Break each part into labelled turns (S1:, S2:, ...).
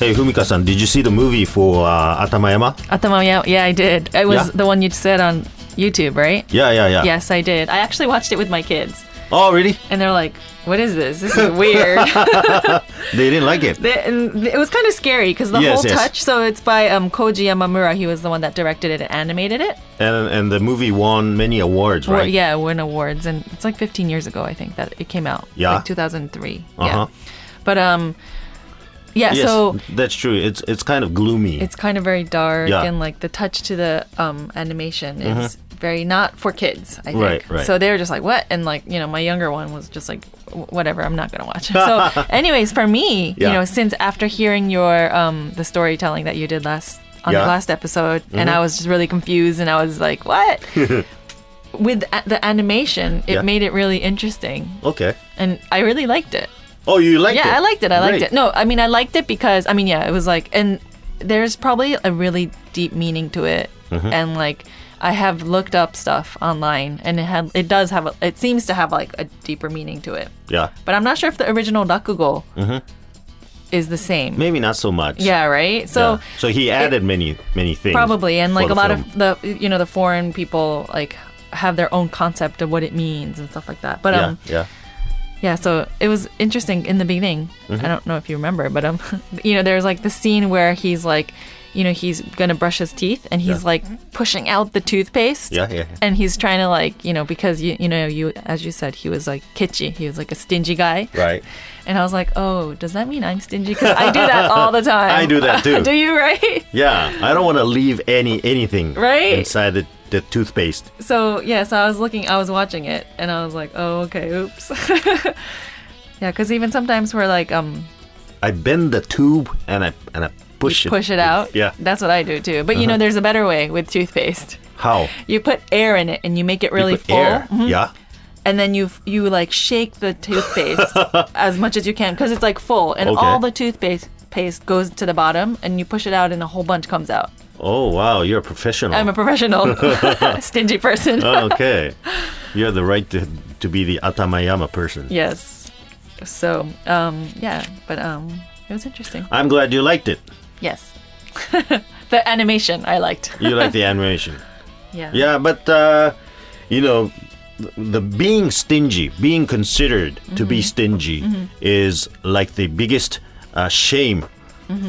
S1: Hey, Fumika san, did you see the movie for uh, Atamayama?
S2: Atama, yeah, yeah, I did. It was
S1: Yeah?
S2: the one you said on YouTube, right?
S1: Yeah, yeah, yeah.
S2: Yes, I did. I actually watched it with my kids,
S1: Oh, really?
S2: and they're like, "What is this? This is weird."
S1: They didn't like it.
S2: The- and it was kind of scary because the
S1: Yes,
S2: whole
S1: yes.
S2: touch. So it's by um, Koji Yamamura. He was the one that directed it and animated it.
S1: And, and the movie won many awards,
S2: Or-
S1: right?
S2: yeah, win awards, and it's like 15 years ago, I think that it came out.
S1: Yeah.
S2: like 2003.
S1: Uh-huh.
S2: Yeah, but um, yeah.
S1: Yes,
S2: So
S1: that's true. It's it's kind of gloomy.
S2: it's kind of very dark,
S1: Yeah. Mm-hmm.
S2: and like the touch to the um animation is very not for kids. I think.
S1: Right, right.
S2: So they were just like, what? And like you know, my younger one was just like, "Wh- whatever, I'm not gonna watch it. So, anyways, for me,
S1: Yeah.
S2: you know, since after hearing your um the storytelling that you did last on
S1: Yeah. Mm-hmm.
S2: the last episode, and I was just really confused, and I was like, what? With a- the animation, it
S1: Yeah.
S2: made it really interesting,
S1: okay.
S2: and I really liked it.
S1: Oh, you liked it?
S2: Yeah, I liked it. I liked
S1: Great.
S2: it. No, I mean, I liked it because I mean, yeah, it was like, and there's probably a really deep meaning to it,
S1: Uh-huh.
S2: and like. I have looked up stuff online, and it had it does have a, it seems to have like a deeper meaning to it.
S1: Yeah.
S2: But I'm not sure if the original Rakugo is the same.
S1: Uh-huh. Maybe not so much.
S2: Yeah, right. So
S1: Yeah. So he added many many things.
S2: probably and
S1: for
S2: like a
S1: the
S2: lot
S1: film.
S2: of the you know the foreign people like have their own concept of what it means and stuff like that. But
S1: yeah,
S2: um,
S1: yeah.
S2: Yeah, so it was interesting in the beginning.
S1: Mm-hmm.
S2: I don't know if you remember, but um, you know, there's like the scene where he's like, you know, he's gonna brush his teeth and he's
S1: Yeah.
S2: like pushing out the toothpaste.
S1: Yeah, yeah, yeah.
S2: And he's trying to like, you know, because you, you know, you as you said, he was like kitschy. He was like a stingy guy.
S1: Right.
S2: And I was like, oh, does that mean I'm stingy? Because I do that all the time.
S1: I do that too.
S2: do you right?
S1: Yeah, I don't want to leave any anything
S2: Right?
S1: inside the, the toothpaste.
S2: So yeah, so I was looking, I was watching it, and I was like, oh, okay, oops. yeah, because even sometimes we're like, um,
S1: I bend the tube and I and I push it.
S2: push it out.
S1: Yeah. Uh-huh.
S2: That's what I do too. But you know, there's a better way with toothpaste.
S1: How?
S2: You put air in it and you make it really
S1: Put
S2: full. Mm-hmm.
S1: air. Yeah.
S2: And then you f- you like shake the toothpaste as much as you can because it's like full and
S1: Okay.
S2: all the toothpaste paste goes to the bottom and you push it out and a whole bunch comes out.
S1: Oh wow, you're a professional.
S2: I'm a professional stingy person.
S1: Uh-huh. okay. You have the right to, to be the Atamayama person.
S2: yes. So, um yeah, but um it was interesting.
S1: I'm glad you liked it.
S2: Yes. the animation I liked.
S1: You liked the animation.
S2: Yeah.
S1: Yeah, but uh, you know, th- the being stingy, being considered to be stingy, is like the biggest uh, shame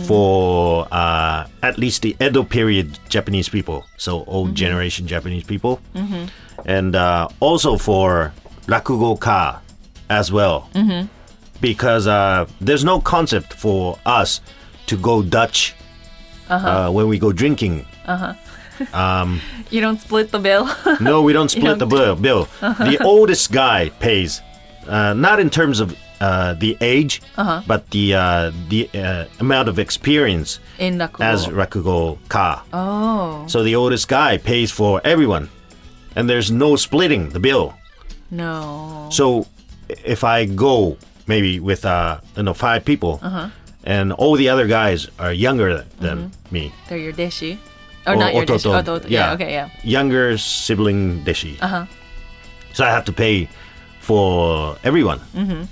S1: for uh, at least the Edo period Japanese people, so old generation Japanese people, and uh, also for rakugoka as well, because uh, there's no concept for us to go Dutch. uh when we go drinking,
S2: You don't split the bill.
S1: no, we don't split the bill. bill.
S2: Uh-huh.
S1: the oldest guy pays, uh, not in terms of uh, the age,
S2: Uh-huh.
S1: but the uh, the uh, amount of experience
S2: in the cool.
S1: as rakugo ka.
S2: Oh,
S1: So the oldest guy pays for everyone, and there's no splitting the bill.
S2: no.
S1: So if I go maybe with uh, you know five people,
S2: Uh-huh.
S1: and all the other guys are younger than me,
S2: They're your deshi. Or,
S1: Or
S2: Oh, not your deshi.
S1: ototo.
S2: Ototo.
S1: Oh, Yeah.
S2: yeah. Okay. Yeah.
S1: younger sibling deshi. Uh-huh. So I have to pay for everyone. Mm-hmm.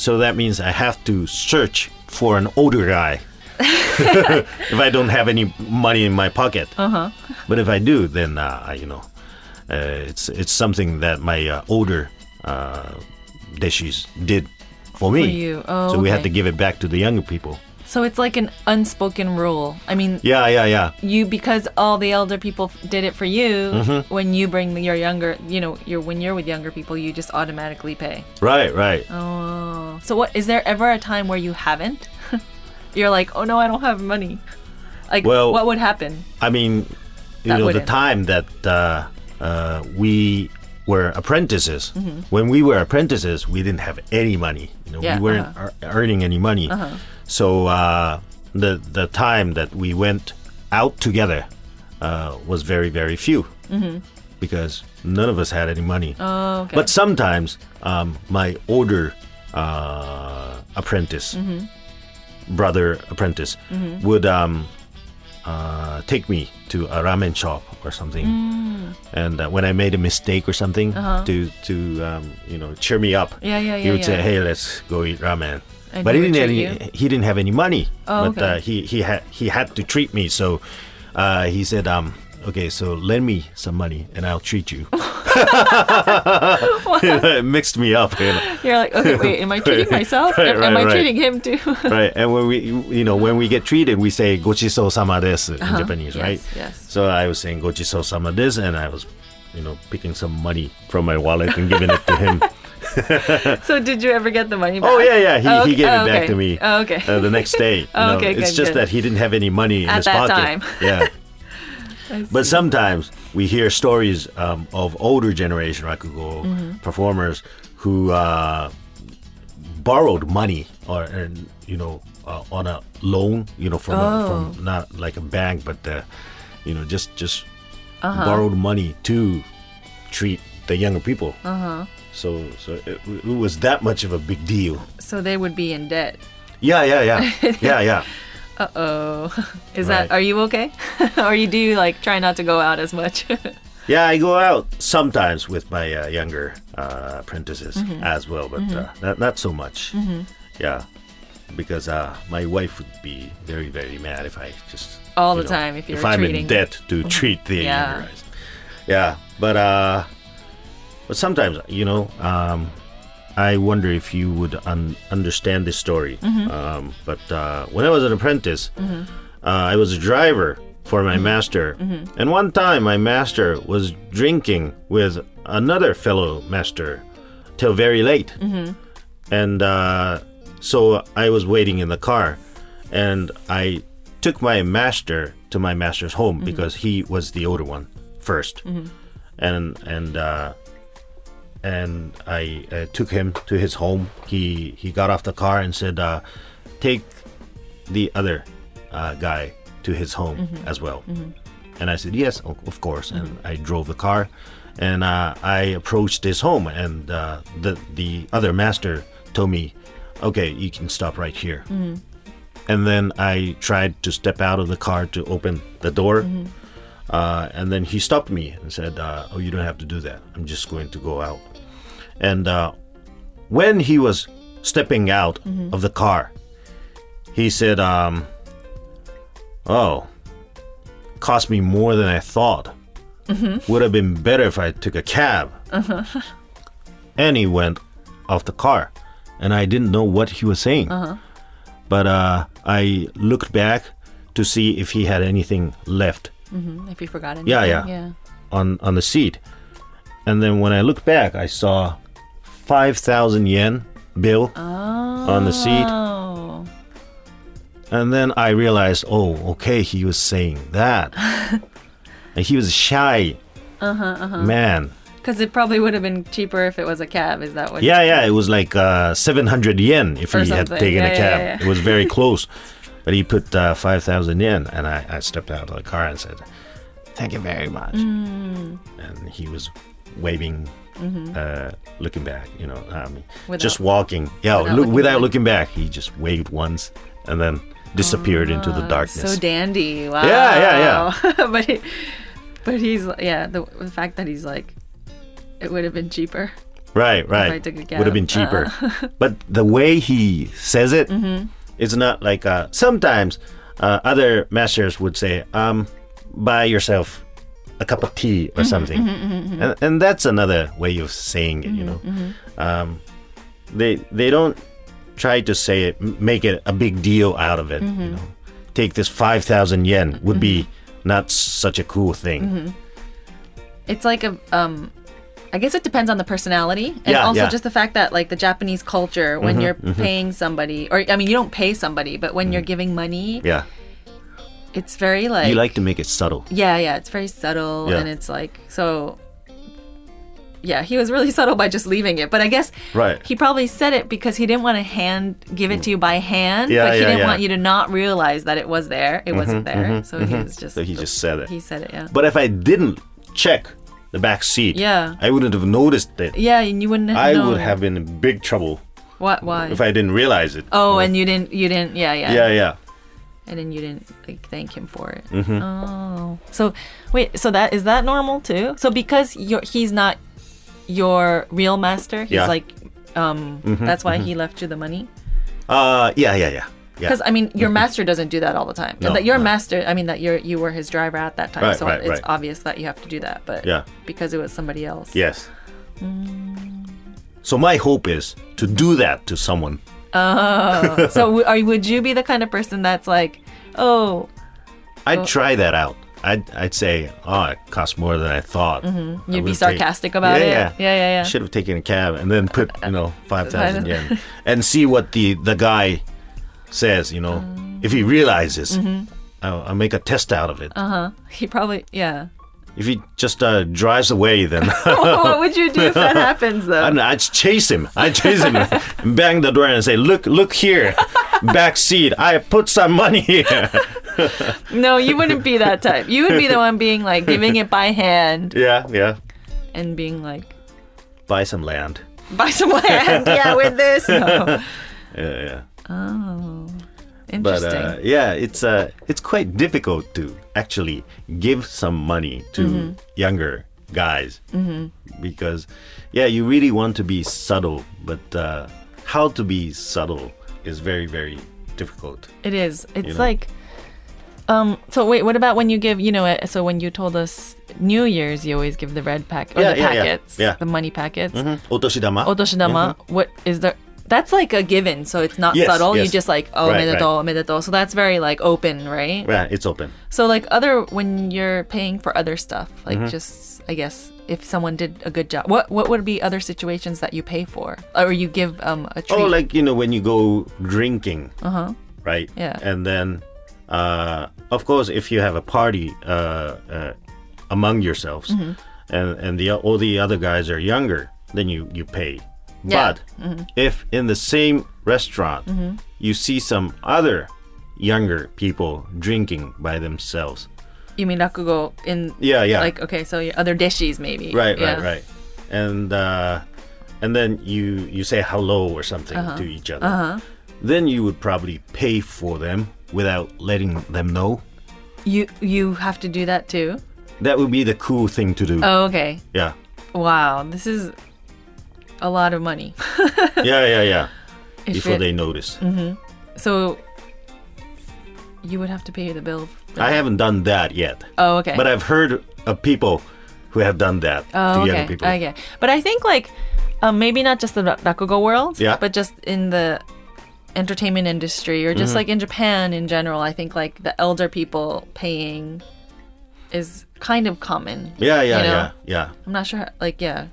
S1: So that means I have to search for an older guy if I don't have any money in my pocket. Uh-huh. But if I do, then uh, I- you know, uh, it's it's something that my uh, older uh, deshis did for me.
S2: you. Oh,
S1: so we had
S2: okay.
S1: to give it back to the younger people.
S2: So it's like an unspoken rule. I mean,
S1: Yeah, yeah, yeah.
S2: you because all the elder people f- did it for you.
S1: Mm-hmm.
S2: When you bring your younger, you know, your when you're with younger people, you just automatically pay.
S1: Right, right.
S2: Oh. So what is there ever a time where you haven't? you're like, oh no, I don't have money. Like,
S1: Well-
S2: what would happen?
S1: I mean, you
S2: That
S1: know, the
S2: wouldn't.
S1: time that uh, uh, we were apprentices, when we were apprentices, we didn't have any money. You know,
S2: Mm-hmm. Yeah, uh-huh.
S1: we weren't ear- earning any money. So uh, the the time that we went out together uh, was very very few because none of us had any money.
S2: Mm-hmm. Oh, okay.
S1: But sometimes um, my older uh, apprentice,
S2: Mm-hmm.
S1: brother apprentice, would um, uh, take me to a ramen shop or something.
S2: Mm.
S1: And uh, when I made a mistake or something, to to um, you know cheer me up,
S2: Yeah, yeah,
S1: he
S2: Uh-huh. yeah,
S1: would say,
S2: yeah.
S1: "Hey, let's go eat ramen."
S2: And
S1: but
S2: he
S1: he
S2: would
S1: didn't have
S2: treat
S1: any, he didn't have any money.
S2: Oh,
S1: but
S2: okay.
S1: uh, he he had he had to treat me. So uh, he said, um, "Okay, so lend me some money and I'll treat you." it mixed me up. You know.
S2: You're like, okay, wait, am I treating myself?
S1: Right,
S2: am am
S1: right,
S2: I
S1: right.
S2: treating him too?
S1: right and when we you know when we get treated we say gochiso sama desu in japanese
S2: Uh-huh. Yes,
S1: right
S2: yes.
S1: so i was saying gochiso sama desu and i was you know picking some money from my wallet and giving it to him
S2: so did you ever get the money back?
S1: oh yeah yeah he,
S2: Oh,
S1: he
S2: okay-
S1: gave
S2: oh,
S1: it back
S2: okay.
S1: to me
S2: Oh, okay.
S1: uh, the next day you
S2: Oh,
S1: know.
S2: okay,
S1: it's
S2: good,
S1: just
S2: good.
S1: that he didn't have any money in
S2: At
S1: his
S2: that
S1: pocket
S2: time.
S1: yeah
S2: I
S1: but
S2: see.
S1: sometimes we hear stories um, of older generation rakugo performers who uh, borrowed money or and, you know uh, on a loan you know from, a, from not like a bank but uh, you know just just borrowed money to treat the younger people so so it, it was that much of a big deal
S2: so they would be in debt.
S1: yeah yeah yeah yeah yeah
S2: Uh oh.
S1: Right.
S2: Is that? Are you okay? or you do you like try not to go out as much?
S1: Yeah, I go out sometimes with my uh, younger uh, apprentices
S2: Mm-hmm.
S1: as well, but uh, not, not so much. Yeah, because uh, my wife would be very, very mad if I just
S2: All
S1: you
S2: the time if you're
S1: I'm
S2: treating-
S1: in debt to treat the
S2: Yeah.
S1: younger guys. Yeah, but uh, but sometimes you know, um, I wonder if you would un- understand this story. Um, but uh, when I was an apprentice, uh, I was a driver for my master, and one time my master was drinking with another fellow master till very late, and uh, so I was waiting in the car, and I took my master to my master's home because he was the older one 1st and and. Uh, and I uh, took him to his home. He he got off the car and said, uh, "Take the other uh, guy to his home as well." And I said, "Yes, o- of course." And I drove the car, and uh, I approached his home, and uh, the the other master told me, "Okay, you can stop right here." And then I tried to step out of the car to open the door. Uh, and then he stopped me and said, uh, "Oh, you don't have to do that. I'm just going to go out." And uh, when he was stepping out of the car, he said, um, "Oh, cost me more than I thought. Would have been better if I took a cab." And he went off the car, and I didn't know what he was saying. But uh, I looked back to see if he had anything left
S2: if you forgot anything.
S1: Yeah, yeah. on on the seat. And then when I looked back, I saw 5,000 yen bill on the seat.
S2: Oh.
S1: And then I realized, oh, okay, he was saying that. and he was a shy
S2: Uh-huh,
S1: man.
S2: Because it probably would have been cheaper if it was a cab. Is that what?
S1: Yeah, yeah, it was like uh, 700 yen if
S2: Or
S1: he had
S2: something.
S1: taken
S2: Yeah,
S1: a
S2: yeah,
S1: cab.
S2: yeah.
S1: It was very close. But he put uh, 5,000 yen, and I, I stepped out of the car and said, Thank you very much.
S2: Mm.
S1: And he was waving, uh, looking back, you know, um, just
S2: Mm-hmm. Without-
S1: walking. Yeah,
S2: without
S1: look,
S2: looking
S1: without
S2: back.
S1: looking back, he just waved once and then disappeared into the
S2: Oh,
S1: darkness.
S2: So dandy. Wow.
S1: yeah,
S2: yeah. but he, but he's yeah. The, the fact that he's like, it would have been cheaper.
S1: Right, right.
S2: I took a
S1: Would have been
S2: cab. Uh-huh.
S1: cheaper. but the way he says it,
S2: Mm-hmm.
S1: it's not like uh, sometimes uh, other masters would say, um, "Buy yourself a cup of tea
S2: Mm-hmm,
S1: or something," and, and that's another way of saying
S2: Mm-hmm,
S1: it. You know, um, they they don't try to say it, m- make it a big deal out of it.
S2: Mm-hmm.
S1: You know, take this five thousand yen would be not such a cool thing.
S2: Mm-hmm. It's like a um. I guess it depends on the personality and
S1: Yeah,
S2: also
S1: yeah. Mm-hmm,
S2: just the fact that like the Japanese culture when you're paying somebody or I mean you don't pay somebody but when you're giving money
S1: Mm-hmm. Yeah,
S2: it's very like
S1: you like to make it subtle.
S2: Yeah, yeah, it's very subtle
S1: Yeah.
S2: and it's like so yeah, he was really subtle by just leaving it. But I guess
S1: Right.
S2: he probably said it because he didn't want to hand give it to you by hand,
S1: Yeah,
S2: but he
S1: yeah,
S2: didn't
S1: yeah. Mm-hmm,
S2: want you to not realize that it was there. It wasn't there. so he was just
S1: So he just said it.
S2: he said it, yeah.
S1: But if I didn't check the back seat,
S2: Yeah.
S1: I wouldn't have noticed it.
S2: yeah, and you wouldn't
S1: I
S2: know.
S1: would have been in big trouble
S2: what why?
S1: if I didn't realize it.
S2: oh, and you didn't you didn't yeah, yeah.
S1: Yeah, yeah.
S2: And then you didn't like thank him for it.
S1: Mm-hmm.
S2: Oh. So wait, so that is that normal too? So because you're, he's not your real master, he's
S1: Yeah. Mm-hmm,
S2: like um that's why he left you the money.
S1: Uh, yeah, yeah, yeah. Yeah.
S2: Because I mean, your master doesn't do that all the time,
S1: Mm-hmm. No,
S2: and that your
S1: no.
S2: master, I mean, that you're you were his driver at that time,
S1: Right,
S2: so
S1: right,
S2: it's
S1: right.
S2: obvious that you have to do that. But
S1: Yeah.
S2: because it was somebody else.
S1: Yes.
S2: Mm.
S1: So my hope is to do that to someone.
S2: so w- are, would you be the kind of person that's like, oh,
S1: I'd try that out. I'd, I'd say, oh, it costs more than I thought. I
S2: Mm-hmm. You'd be
S1: would've
S2: sarcastic about
S1: yeah,
S2: it.
S1: Yeah,
S2: Yeah, yeah, yeah.
S1: Should have taken a cab and then put, you know, 5,000
S2: Five-
S1: yen and see what the, the guy says, you know,
S2: Mm.
S1: if he realizes.
S2: Mm-hmm.
S1: I'll, I'll make a test out of it.
S2: Uh. Uh-huh. he probably, yeah.
S1: If he just uh, drives away, then
S2: what would you do if that happens though?
S1: I, I'd chase him. I'd chase him, and bang the door and say, "Look, look here, back seat. I put some money here."
S2: No, you wouldn't be that type. You would be the one being like giving it by hand
S1: yeah, yeah.
S2: and being like,
S1: Buy some land.
S2: buy some land. yeah, with this. No. Oh,
S1: Yeah, yeah. But
S2: Interesting.
S1: uh, yeah, it's uh, it's quite difficult to actually give some money to younger guys because, yeah, you really want to be subtle, but uh, how to be subtle is very, very difficult.
S2: It is. It's
S1: know?
S2: like, um. So wait, what about when you give? You know, uh, so when you told us New Year's, you always give the red packet or
S1: Yeah,
S2: the
S1: yeah, yeah.
S2: packets,
S1: Yeah.
S2: the money packets,
S1: Otoshidama.
S2: otoshidama. What is there? That's like a given, so it's not
S1: Yes,
S2: subtle. You
S1: yes.
S2: just like oh,
S1: Right,
S2: right,
S1: right.
S2: omedetou, omedetou. So that's very like open, right?
S1: Yeah, it's open.
S2: So like other when you're paying for other stuff, like
S1: Mm-hmm.
S2: just I guess if someone did a good job, what what would be other situations that you pay for or you give um a treat?
S1: Oh, like you know when you go drinking,
S2: uh-huh.
S1: right?
S2: Yeah.
S1: And then, uh, of course, if you have a party uh, uh, among yourselves,
S2: Mm-hmm.
S1: and and the all the other guys are younger, then you you pay.
S2: Yeah. Mm-hmm.
S1: But if in the same restaurant you see some other younger people drinking by themselves,
S2: You mean rakugo in
S1: yeah, yeah,
S2: like okay, so your other dishes maybe.
S1: right,
S2: yeah.
S1: right, right, and uh, and then you you say hello or something
S2: Uh-huh.
S1: to each other. Then you would probably pay for them without letting them know.
S2: You you have to do that too.
S1: That would be the cool thing to do.
S2: Oh, okay.
S1: yeah.
S2: Wow, this is a lot of money.
S1: Yeah, yeah, yeah.
S2: If
S1: Before
S2: it- Mm-hmm.
S1: they notice.
S2: So you would have to pay the bill.
S1: I
S2: for that.
S1: haven't done that yet.
S2: Oh, okay.
S1: But I've heard of people who have done that to
S2: Oh, okay.
S1: young people.
S2: Okay. But I think like um, maybe not just the ra- rakugo world,
S1: Yeah.
S2: but just in the entertainment industry or
S1: Mm-hmm.
S2: just like in Japan in general, I think like the elder people paying is kind of common.
S1: Yeah, yeah,
S2: you know?
S1: yeah, yeah.
S2: I'm not sure. Like, yeah.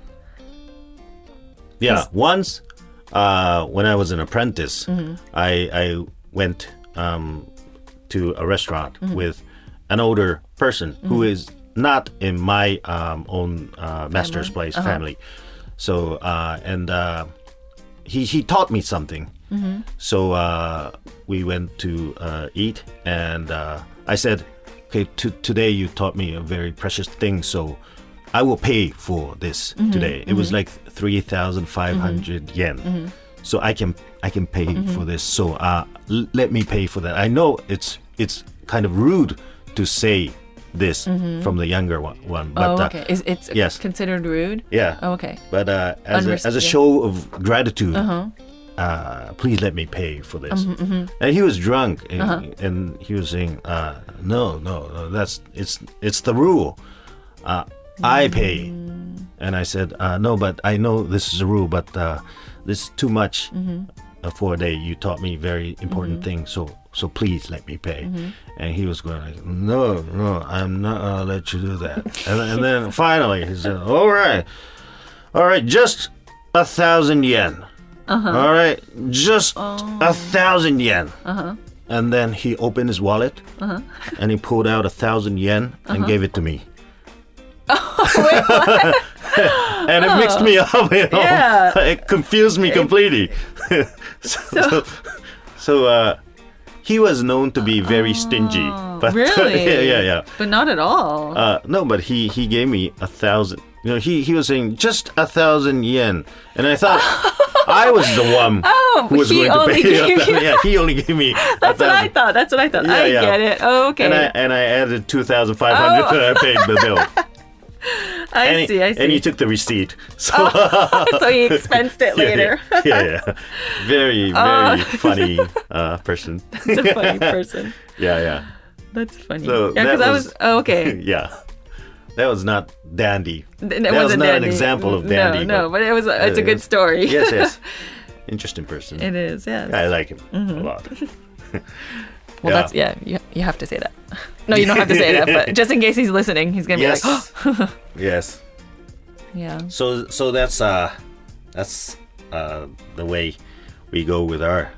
S1: Yeah. Once, uh, when I was an apprentice, I I went um, to a restaurant with an older person who is not in my um, own uh, master's place family. So uh, and uh, he he taught me something.
S2: Mm-hmm.
S1: So uh, we went to uh, eat, and uh, I said, "Okay, t- today you taught me a very precious thing, so I will pay for this
S2: Mm-hmm.
S1: today." It was like three yen,
S2: Mm-hmm.
S1: so I can I can pay for this. So uh, l- let me pay for that. I know it's it's kind of rude to say this from the younger one, one but
S2: Mm-hmm. oh,
S1: uh,
S2: okay. Is it's
S1: yes.
S2: considered rude?
S1: yeah.
S2: Oh, okay.
S1: But uh, as, a,
S2: Unrest-
S1: as a
S2: yeah.
S1: show of gratitude, uh please let me pay for this. And he was drunk, and, and he was saying, uh, "No, no, no, that's it's it's the rule. Uh, I pay." And I said, uh, "No, but I know this is a rule, but uh, this is too much uh, for a day. You taught me very important thing, so so please let me pay." And he was going like, "No, no, I'm not gonna let you do that." and, and then finally he said, "All right." All right, just a thousand yen. All right, just a thousand yen. And then he opened his wallet and he pulled out a thousand yen and gave it to me. and it mixed me up, you know.
S2: Yeah.
S1: It confused me completely. so, so, so, uh, he was known to be very stingy. But
S2: Oh, Really?
S1: yeah, yeah, yeah.
S2: But not at all.
S1: Uh, no, but he he gave me a thousand. You know, he he was saying just a thousand yen, and I thought I was the one
S2: Oh,
S1: who was
S2: he
S1: going to
S2: only
S1: pay. a
S2: gave
S1: thousand.
S2: you-
S1: Yeah, he only gave me.
S2: That's
S1: a
S2: what I
S1: thousand.
S2: thought. That's what I thought.
S1: Yeah,
S2: I
S1: yeah.
S2: get it. Oh, okay.
S1: And I and I added two thousand five hundred,
S2: Oh.
S1: and I paid the bill.
S2: I
S1: and
S2: see,
S1: He,
S2: I
S1: And he
S2: see. Oh,
S1: took the receipt. So
S2: so he expensed it later. Oh.
S1: yeah, yeah, yeah. Very, very funny uh, person.
S2: That's a funny person.
S1: Yeah, yeah,
S2: That's funny.
S1: So
S2: yeah, because
S1: that
S2: I
S1: was-
S2: was oh, okay.
S1: yeah. That was not dandy.
S2: Th-
S1: that
S2: It
S1: was
S2: wasn't
S1: not an
S2: dandy.
S1: example of dandy.
S2: No, no, but it was. A, it's a
S1: it Uh,
S2: good
S1: was-
S2: story.
S1: yes, yes. Interesting person.
S2: it Mm-hmm. is. Yes.
S1: I like him a lot.
S2: Well, that's yeah. You, you have to say that. No, you don't have to say that, but just in case he's listening, he's gonna
S1: Yes.
S2: be like,
S1: yes.
S2: yeah.
S1: So so that's uh that's uh the way we go with our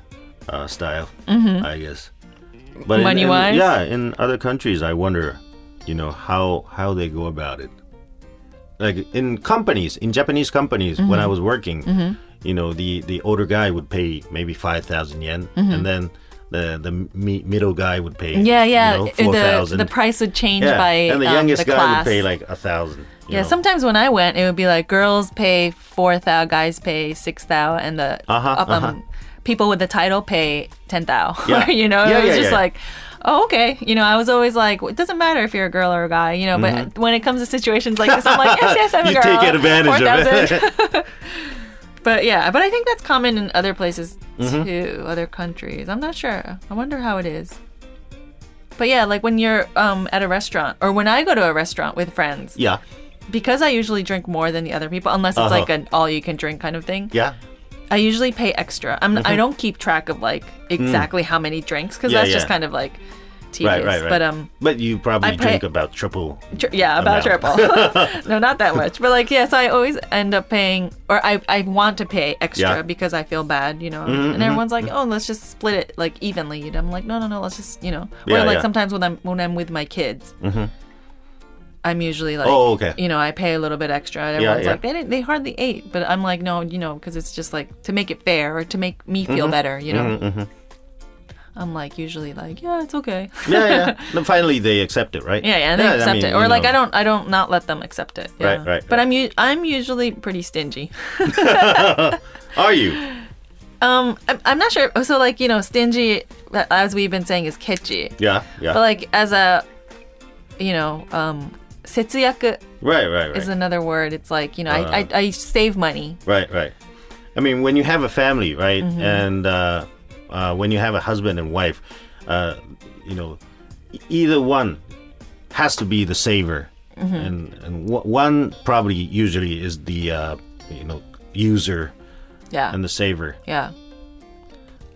S1: uh, style, I guess. But in-
S2: Mm-hmm. Money-wise?
S1: in, yeah, in other countries, I wonder, you know, how how they go about it. Like in companies, in Japanese companies, when
S2: Mm-hmm.
S1: I was working, you know, the the older guy would pay maybe five thousand yen, and then the the mi- middle guy would pay
S2: Mm-hmm. Yeah, yeah.
S1: you know,
S2: it-
S1: four
S2: the
S1: thousand.
S2: the price would change
S1: yeah,
S2: by
S1: and the
S2: um,
S1: youngest
S2: the
S1: guy
S2: class.
S1: would pay like a thousand. you
S2: yeah,
S1: know.
S2: sometimes when I went, it would be like girls pay four thou, guys pay six thou, and the
S1: Uh-huh,
S2: up, um, people with the title pay ten thou.
S1: Yeah.
S2: you know,
S1: Yeah,
S2: it was
S1: yeah,
S2: just
S1: yeah.
S2: like, oh okay. You know, I was always like, it doesn't matter if you're a girl or a guy. You know, but when it comes to situations like this, I'm like, yes, yes, I'm a
S1: Mm-hmm. you
S2: girl.
S1: take advantage of
S2: 4,000.
S1: it.
S2: But yeah, but I think that's common in other places
S1: Mm-hmm.
S2: too, other countries. I'm not sure. I wonder how it is. But yeah, like when you're um, at a restaurant, or when I go to a restaurant with friends,
S1: yeah,
S2: because I usually drink more than the other people, unless it's
S1: Uh-huh.
S2: like an all-you-can-drink kind of thing.
S1: yeah, Mm-hmm.
S2: I usually pay extra. I'm, I don't keep track of like exactly how many drinks because
S1: Hmm. Yeah,
S2: that's just
S1: yeah.
S2: kind of like tedious.
S1: right, right, right.
S2: But um,
S1: but you probably
S2: I pay-
S1: drink about triple.
S2: Tr- yeah, about
S1: amount.
S2: triple. no, not that much. But like, yes, I always end up paying, or I, I want to pay extra
S1: Yeah. Mm-hmm,
S2: because I feel bad, you know. and everyone's like, oh, let's just split it like evenly. And I'm like, no, no, no, let's just, you know. Or
S1: Yeah,
S2: like
S1: yeah.
S2: sometimes when I'm when I'm with my kids, I'm usually like,
S1: Oh, okay.
S2: you know, I pay a little bit extra. And everyone's
S1: yeah.
S2: like, they didn't, they hardly ate, but I'm like, no, you know, because it's just like to make it fair or to make me feel
S1: Mm-hmm.
S2: better, you know. I'm like usually like, yeah, it's okay.
S1: yeah, yeah. No, finally, they accept it, right?
S2: Yeah, yeah, they
S1: I
S2: accept
S1: mean,
S2: it, or
S1: you
S2: like
S1: know,
S2: I don't, I don't not let them accept it.
S1: Right,
S2: yeah.
S1: right,
S2: But
S1: right.
S2: I'm, u- I'm usually pretty stingy.
S1: Are you?
S2: Um, I'm, I'm not sure. So like you know, stingy, uh, as we've been saying, is catchy.
S1: Yeah, yeah.
S2: But like as a, you know, um, setsuyaku
S1: right, right, Uh. right,
S2: is another word. It's like you know, I, I, I save money.
S1: right, right. I mean, when you have a family, right,
S2: Mm-hmm.
S1: and uh, uh, when you have a husband and wife, uh, you know, e- either one has to be the saver,
S2: Mm-hmm.
S1: and and w- one probably usually is the uh, you know user
S2: Yeah,
S1: and the saver.
S2: yeah.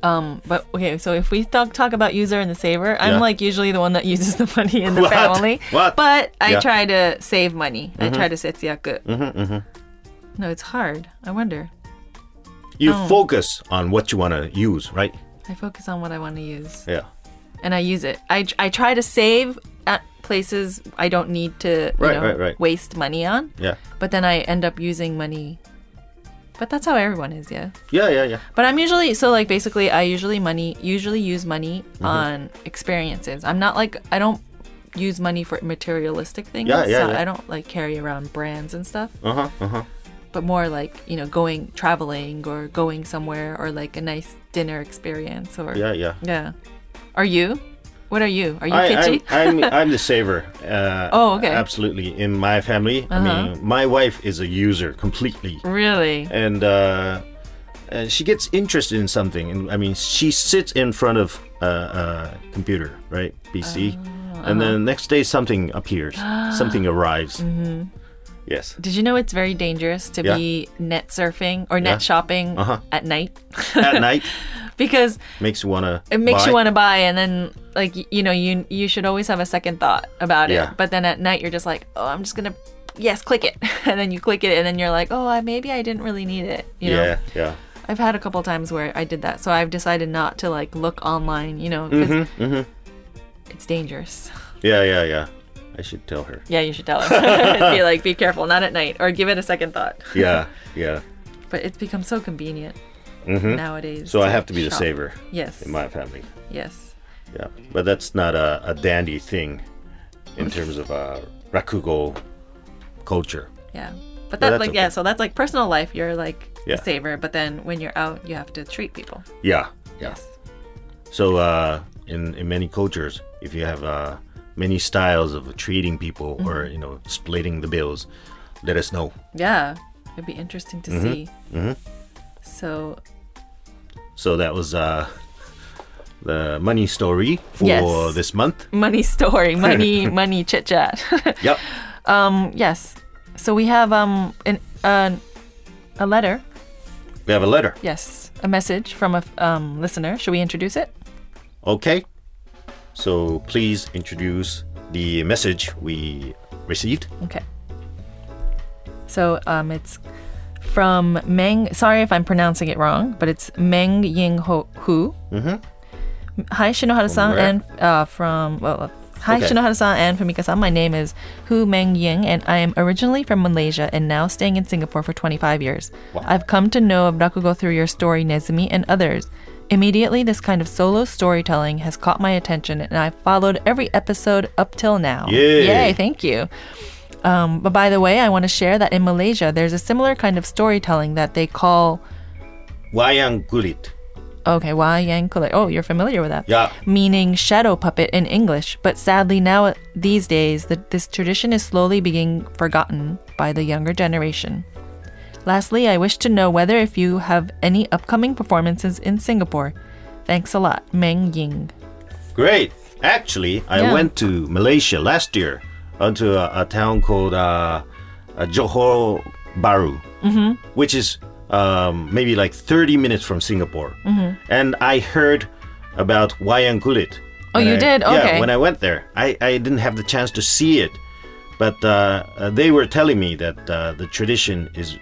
S2: Um, but okay, so if we talk talk about user and the saver, I'm
S1: Yeah.
S2: like usually the one that uses the money in the
S1: What?
S2: family.
S1: What?
S2: But I
S1: Yeah.
S2: try to save money. I try to setsuyaku. Mm-hmm, No, it's hard. I wonder.
S1: You
S2: Oh.
S1: focus on what you want to use, right?
S2: I focus on what I want to use,
S1: Yeah.
S2: and I use it. I, I try to save at places I don't need to you
S1: Right,
S2: know,
S1: right, right.
S2: waste money on,
S1: Yeah.
S2: but then I end up using money. But that's how everyone is, yeah.
S1: Yeah, yeah, yeah.
S2: But I'm usually so like basically I usually money usually use money
S1: Mm-hmm.
S2: on experiences. I'm not like I don't use money for materialistic things.
S1: Yeah, yeah,
S2: so
S1: yeah.
S2: I don't like carry around brands and stuff.
S1: Uh huh. Uh huh.
S2: But more like, you know, going traveling or going somewhere or like a nice dinner experience or
S1: Yeah, yeah.
S2: Yeah. Are you? What are you? Are you
S1: I,
S2: kitschy?
S1: I'm, I'm, I'm the saver. Uh,
S2: Oh, okay. Uh-huh.
S1: Absolutely. In my family, I mean, my wife is a user completely,
S2: really?
S1: and uh, uh, she gets interested in something. And I mean, she sits in front of a uh, uh, computer, right? PC,
S2: Oh, uh-huh.
S1: and then next day something appears, something arrives. Mm-hmm. Yes.
S2: Did you know it's very dangerous to
S1: Yeah.
S2: be net surfing or
S1: Yeah.
S2: net
S1: Uh-huh.
S2: shopping at night?
S1: At night
S2: because
S1: makes you wanna.
S2: it makes you want to buy and then like y- you know you you should always have a second thought about
S1: Yeah.
S2: it but then at night you're just like oh i'm just gonna yes click it and then you click it and then you're like oh I, maybe i didn't really need it you know
S1: Yeah, yeah.
S2: i've had a couple times where i did that so i've decided not to like look online you
S1: Mm-hmm,
S2: know 'cause it's dangerous
S1: Yeah, yeah, yeah. I should tell her.
S2: yeah you should tell her be like be careful not at night or give it a second thought
S1: Yeah, yeah.
S2: but it's become so convenient nowadays
S1: Mm-hmm. So I have to be the
S2: shop.
S1: saver
S2: yes
S1: in my family.
S2: yes
S1: Yeah, but that's not a, a dandy thing in terms of uh, rakugo culture.
S2: Yeah. But that
S1: that's
S2: like
S1: okay.
S2: yeah, so that's like personal life, you're like
S1: Yeah.
S2: a saver, but then when you're out you have to treat people.
S1: Yeah, yeah. So uh, in in many cultures, if
S2: Mm-hmm.
S1: you have uh, many styles of treating people or you know splitting the bills, let us know.
S2: Yeah, it'd be interesting to
S1: Mm-hmm.
S2: see. So
S1: So that was uh, the money story for
S2: Yes.
S1: this month.
S2: money story, money, money chit chat.
S1: Yep.
S2: um, yes. So we have um an, an a letter.
S1: We have a letter.
S2: Yes, a message from a um, listener. Should we introduce it?
S1: Okay. So please introduce the message we received.
S2: Okay. So um, it's from Meng. Sorry if I'm pronouncing it wrong, but it's Meng Ying Ho Hu. Mm-hmm. Hi Shinohara-san
S1: From where?
S2: and uh, from well, uh, hi
S1: Okay.
S2: Shinohara-san and Fumika-san. My name is Hu Meng Ying, and I am originally from Malaysia and now staying in Singapore for 25 years.
S1: Wow.
S2: I've come to know of Rakugo through your story, Nezumi, and others. Immediately, this kind of solo storytelling has caught my attention, and I've followed every episode up till now.
S1: Yay.
S2: Yay! Thank you. Um, but by the way, I want to share that in Malaysia, there's a similar kind of storytelling that they call
S1: Wayang Gulit.
S2: okay wayang kulit. Oh, you're familiar with that?
S1: Yeah.
S2: Meaning shadow puppet in English. But sadly, now uh, these days, the, this tradition is slowly being forgotten by the younger generation. Lastly, I wish to know whether if you have any upcoming performances in Singapore. Thanks a lot, Meng Ying.
S1: Great. Actually, I
S2: Yeah.
S1: went to Malaysia last year, onto a, a town called uh, uh, Johor Bahru,
S2: Mm-hmm.
S1: which is um, maybe like 30 minutes from Singapore.
S2: Mm-hmm.
S1: And I heard about Wayang Kulit.
S2: Oh,
S1: when
S2: you
S1: I-
S2: did?
S1: Yeah,
S2: Okay.
S1: when I went there, I, I didn't have the chance to see it, but uh, uh, they were telling me that uh, the tradition is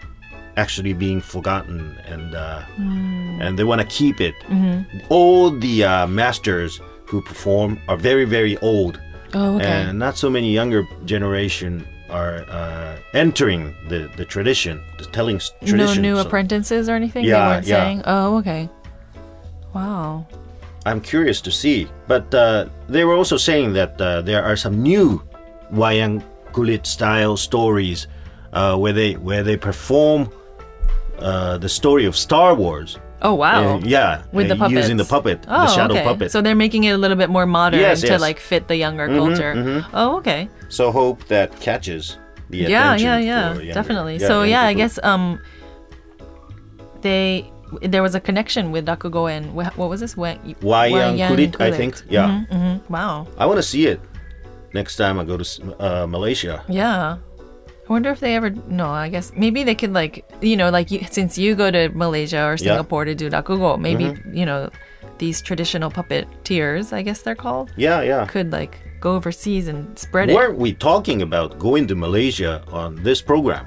S1: actually being forgotten and uh,
S2: Mm.
S1: and they want to keep it.
S2: Mm-hmm.
S1: All the uh, masters who perform are very very old,
S2: Oh, okay.
S1: and not so many younger generation are uh, entering the, the tradition, the telling s-
S2: no
S1: tradition. So
S2: new apprentices or anything? they
S1: Yeah,
S2: weren't
S1: yeah.
S2: saying? Oh, okay. Wow.
S1: I'm curious to see, but uh, they were also saying that uh, there are some new wayang kulit style stories uh, where they where they perform uh, the story of Star Wars.
S2: Oh
S1: Uh,
S2: wow.
S1: yeah,
S2: With the
S1: uh, using the puppet,
S2: puppets. Oh,
S1: the shadow
S2: okay.
S1: puppet.
S2: So they're making it a little bit more modern
S1: Yes,
S2: to
S1: yes. Mm-hmm,
S2: like fit the younger culture. Oh, okay.
S1: So hope that catches the
S2: Yeah,
S1: attention.
S2: yeah,
S1: for
S2: yeah.
S1: younger-
S2: Definitely. so
S1: younger
S2: yeah, I
S1: people.
S2: guess um they there was a connection with Rakugo and wh- what was this? Wa-
S1: Wayang Kulit, I think. Yeah,
S2: Mhm. Wow.
S1: I want to see it next time I go to S- uh, Malaysia.
S2: Yeah. I wonder if they ever. No, I guess maybe they could like you know like you, since you go to Malaysia or
S1: Yeah. Mm-hmm.
S2: Singapore to do rakugo, maybe you know these traditional puppeteers, I guess they're called,
S1: Yeah, yeah.
S2: could like go overseas and spread it.
S1: Weren't we talking about going to Malaysia on this program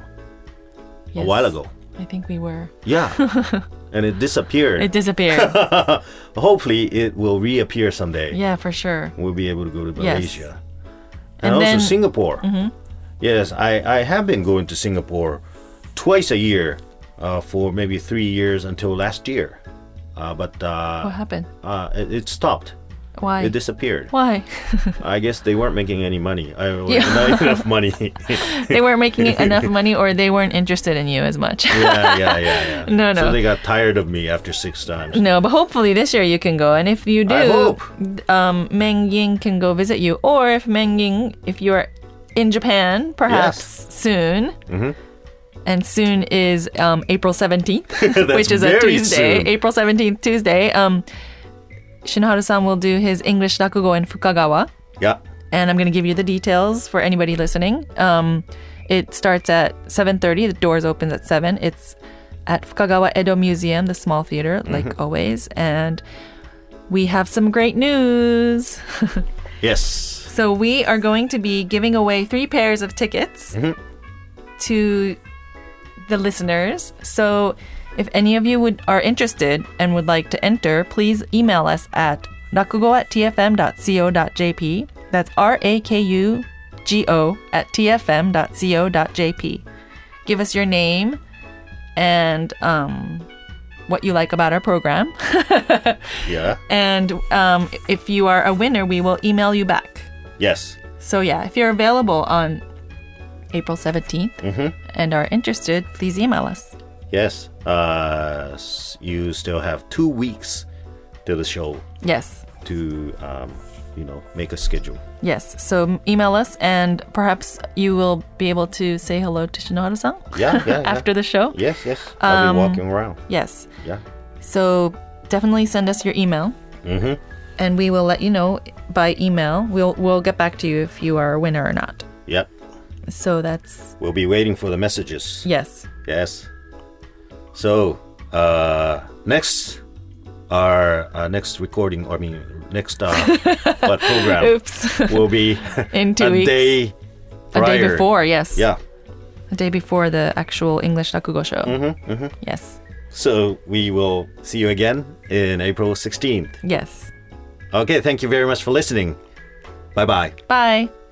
S1: a
S2: Yes.
S1: while ago?
S2: I think we were.
S1: Yeah, and it disappeared.
S2: It disappeared.
S1: Hopefully, it will reappear someday.
S2: yeah, for sure.
S1: We'll be able to go to
S2: Yes.
S1: Malaysia and,
S2: And
S1: also
S2: then- Mm-hmm.
S1: Singapore. Yes, I, I have been going to Singapore twice a year uh, for maybe three years until last year. Uh, but
S2: What
S1: uh,
S2: happened?
S1: uh, it, it stopped.
S2: Why?
S1: It disappeared.
S2: Why?
S1: I guess they weren't making any money. I,
S2: Yeah.
S1: Not enough money.
S2: they weren't making enough money, or they weren't interested in you as much.
S1: yeah, yeah, yeah, yeah.
S2: No,
S1: So
S2: no.
S1: they got tired of me after six times.
S2: No, but hopefully this year you can go, and if you do,
S1: I hope.
S2: um, Meng Ying can go visit you, or if Meng Ying, if you are in Japan, perhaps soon.
S1: Mm-hmm.
S2: And soon is um, April seventeenth, which is a
S1: very
S2: Tuesday.
S1: soon.
S2: April seventeenth, Tuesday. Um, Shinoharu-san will do his English rakugo in Fukagawa.
S1: Yeah.
S2: and I'm going to give you the details for anybody listening. Um, it starts at 7:30. The doors opens at seven. It's at Fukagawa Edo Museum, the small theater, like always. And we have some great news.
S1: Yes.
S2: so we are going to be giving away three pairs of tickets to the listeners. So if any of you would are interested and would like to enter, please email us at rakugo at tfm.co.jp. That's R A K U G O at tfm.co.jp. Give us your name and um, what you like about our program.
S1: Yeah.
S2: and um, if you are a winner, we will email you back.
S1: Yes.
S2: So yeah, if you're available on April 17th
S1: Mm-hmm.
S2: and are interested, please email us.
S1: Yes. Uh, s- you still have two weeks to the show
S2: Yes.
S1: to um, you know, make a schedule.
S2: Yes. So email us, and perhaps you will be able to say hello to Shinohara-san
S1: Yeah, yeah, yeah.
S2: after the show.
S1: Yes, yes. I'll
S2: Um,
S1: be walking around.
S2: Yes.
S1: Yeah.
S2: So definitely send us your email,
S1: Mhm.
S2: and we will let you know by email. We'll we'll get back to you if you are a winner or not.
S1: Yep.
S2: So that's
S1: We'll be waiting for the messages.
S2: yes.
S1: Yes. So, uh, next our uh, next recording, or I mean, next uh, what program
S2: Oops.
S1: will be
S2: In two
S1: Oh. a
S2: weeks.
S1: day
S2: a day
S1: prior.
S2: before. Yes.
S1: Yeah.
S2: A day before the actual English Rakugo show. Mm-hmm, Yes.
S1: So we will see you again in April 16th.
S2: Yes.
S1: Okay, thank you very much for listening. Bye bye.
S2: Bye.